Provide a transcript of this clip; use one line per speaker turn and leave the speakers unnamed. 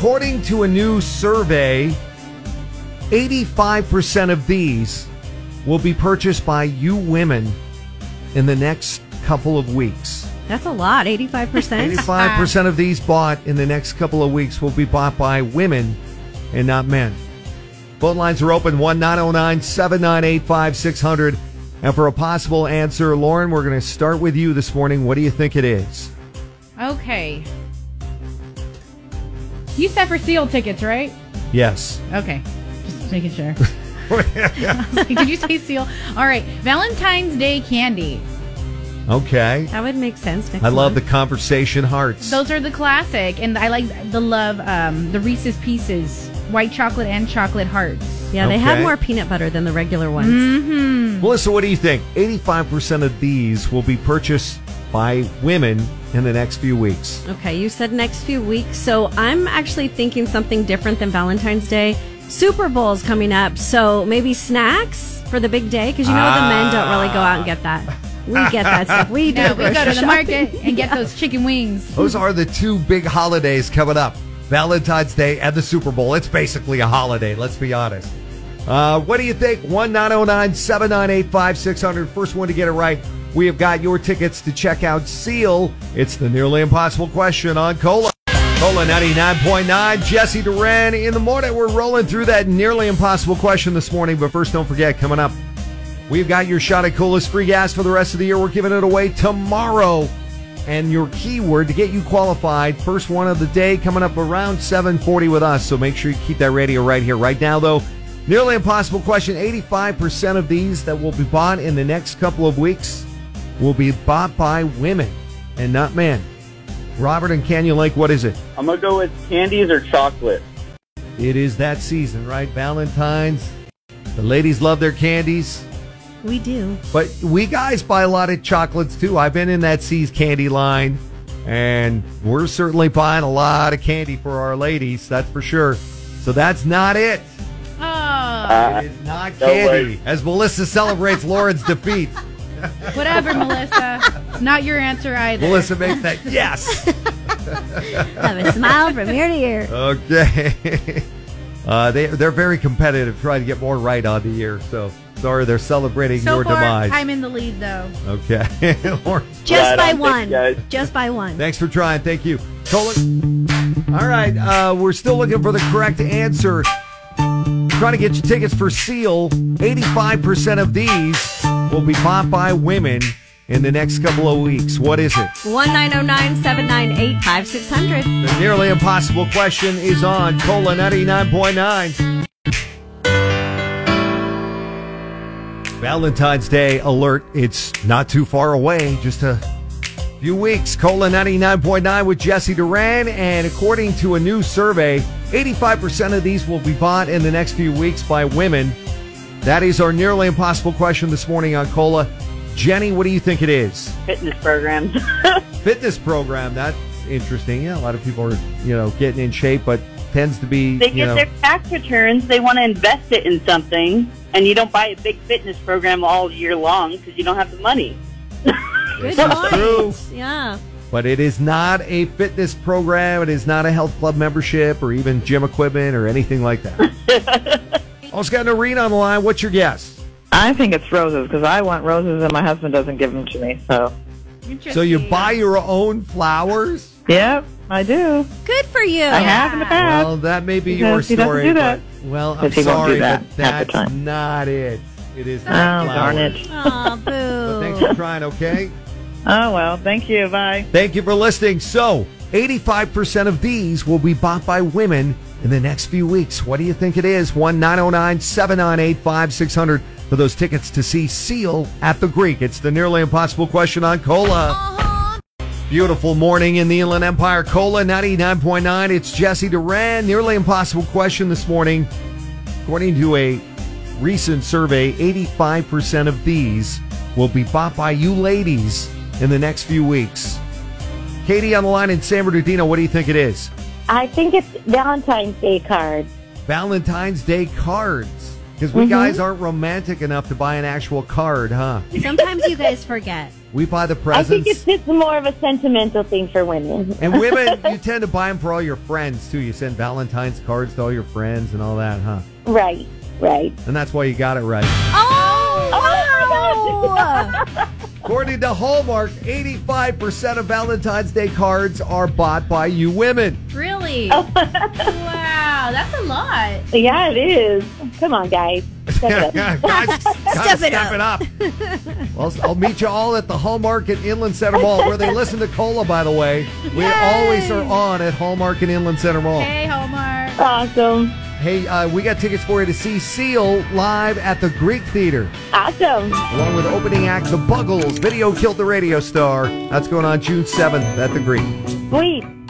According to a new survey, 85% of these will be purchased by you women in the next couple of weeks.
That's a lot, 85%.
85% of these bought in the next couple of weeks will be bought by women and not men. Phone lines are open oh 1 909 798 5600. And for a possible answer, Lauren, we're going to start with you this morning. What do you think it is?
Okay. You said for seal tickets, right?
Yes.
Okay. Just making sure. Did you say seal? All right. Valentine's Day candy.
Okay.
that would make sense. Next
I love the
month.
conversation hearts.
Those are the classic, and I like the love um, the Reese's Pieces, white chocolate and chocolate hearts.
Yeah, they have
Okay.
more peanut butter than the regular ones.
Mm.
Melissa, what do you think? 85% of these will be purchased by women in the next few weeks.
Okay, you said next few weeks, so I'm actually thinking something different than Valentine's Day. Super Bowl's coming up, so maybe snacks for the big day because you know the men don't really go out and get that. We get that stuff. We do.
No, we go to
grocery
the market
shopping.
and get those chicken wings.
Those are the two big holidays coming up Valentine's Day and the Super Bowl. It's basically a holiday, let's be honest. Uh, what do you think? oh 1 798 5600. First one to get it right. We have got your tickets to check out Seal. It's the nearly impossible question on Cola. Cola 99.9, Jesse Duran in the morning. We're rolling through that nearly impossible question this morning, but first don't forget, coming up, We've got your shot at coolest free gas for the rest of the year. We're giving it away tomorrow. And your keyword to get you qualified, first one of the day coming up around 740 with us. So make sure you keep that radio right here. Right now, though, nearly impossible question. 85% of these that will be bought in the next couple of weeks will be bought by women and not men. Robert and Canyon Lake, what is it?
I'm gonna go with candies or chocolate.
It is that season, right? Valentine's. The ladies love their candies.
we do.
But we guys buy a lot of chocolates too. I've been in that C's candy line, and we're certainly buying a lot of candy for our ladies, that's for sure. So that's not it.
Oh,
Uh,
It is not
No
candy.
way.
As Melissa celebrates Lauren's defeat,
whatever, Melissa. Not your answer either.
Melissa makes that yes.
Have a smile from ear to ear.
Okay. Uh, they, they're very competitive, trying to get more right on the year. So sorry, they're celebrating
so
your
far,
demise.
I'm in the lead though.
okay. Lauren.
Right
Just by
on.
one.
Thanks, guys.
Just by one.
Thanks for trying. Thank you. Colin. All right. Uh, we're still looking for the correct answer. Trying to get you tickets for Seal. 85% of these will be bought by women in the next couple of weeks. What is it?
One nine zero nine seven nine eight five six hundred.
The nearly impossible question is on Cola 99.9. Valentine's Day alert. It's not too far away, just a few weeks. Cola 99.9 with Jesse Duran. And according to a new survey, 85% of these will be bought in the next few weeks by women. That is our nearly impossible question this morning on Cola. Jenny, what do you think it is?
fitness programs.
fitness program. That's interesting. Yeah, a lot of people are, you know, getting in shape, but tends to be,
they
you
get
know,
their tax returns. They want to invest it in something, and you don't buy a big fitness program all year long because you don't have the money.
Good
This is
point.
true.
Yeah.
but it is not a fitness program. It is not a health club membership or even gym equipment or anything like that. Also got an arena on the line. What's your guess?
I think it's roses because I want roses and my husband doesn't give them to me. So,
Interesting.
So you buy your own flowers?
yep, I do.
Good for you.
I have in the past.
Well, that may be
Because
your
he Uh, doesn't
story.
do that.
But, well, I'm
Because he won't do
sorry,
that
but
half the
that's
time.
not it. It is
oh,
not
darn
flowers.
it.
Aw, boo.
But thanks for trying, okay?
Oh, well, thank you. Bye.
Thank you for listening. So, 85% of these will be bought by women in the next few weeks. What do you think it is? oh 1 909 798 5600 for those tickets to see Seal at the Greek. It's the nearly impossible question on Cola. Beautiful morning in the Inland Empire. Cola 99.9. It's Jesse Duran. Nearly impossible question this morning. According to a recent survey, 85% of these will be bought by you ladies in the next few weeks. Katie on the line in San Bernardino, what do you think it is?
I think it's Valentine's Day cards.
Valentine's Day cards.
Mm-hmm.
Because we guys aren't romantic enough to buy an actual card, huh?
Sometimes you guys forget.
We buy the
I
presents.
think it's it's more of a sentimental thing for women.
And women, you tend to buy them for all your friends too. You send Valentine's cards to all your friends and all that, huh?
Right, right.
And that's why you got it right.
Oh,
According to Hallmark, 85% of Valentine's Day cards are bought by you women.
Really? wow, that's a lot.
Yeah, it is. Come on, guys. Step it up.
Guys, gotta step, it, up. well, s- I'll meet you all at the Hallmark and Inland Center Mall, where they listen to Cola, by the way. We always are on at Hallmark and Inland Center Mall.
Hey, Hallmark.
Awesome.
Hey, uh, we got tickets for you to see Seal live at the Greek Theater.
Awesome.
along with opening act The Buggles, Video Killed the Radio Star. That's going on June 7th at the Greek.
Sweet.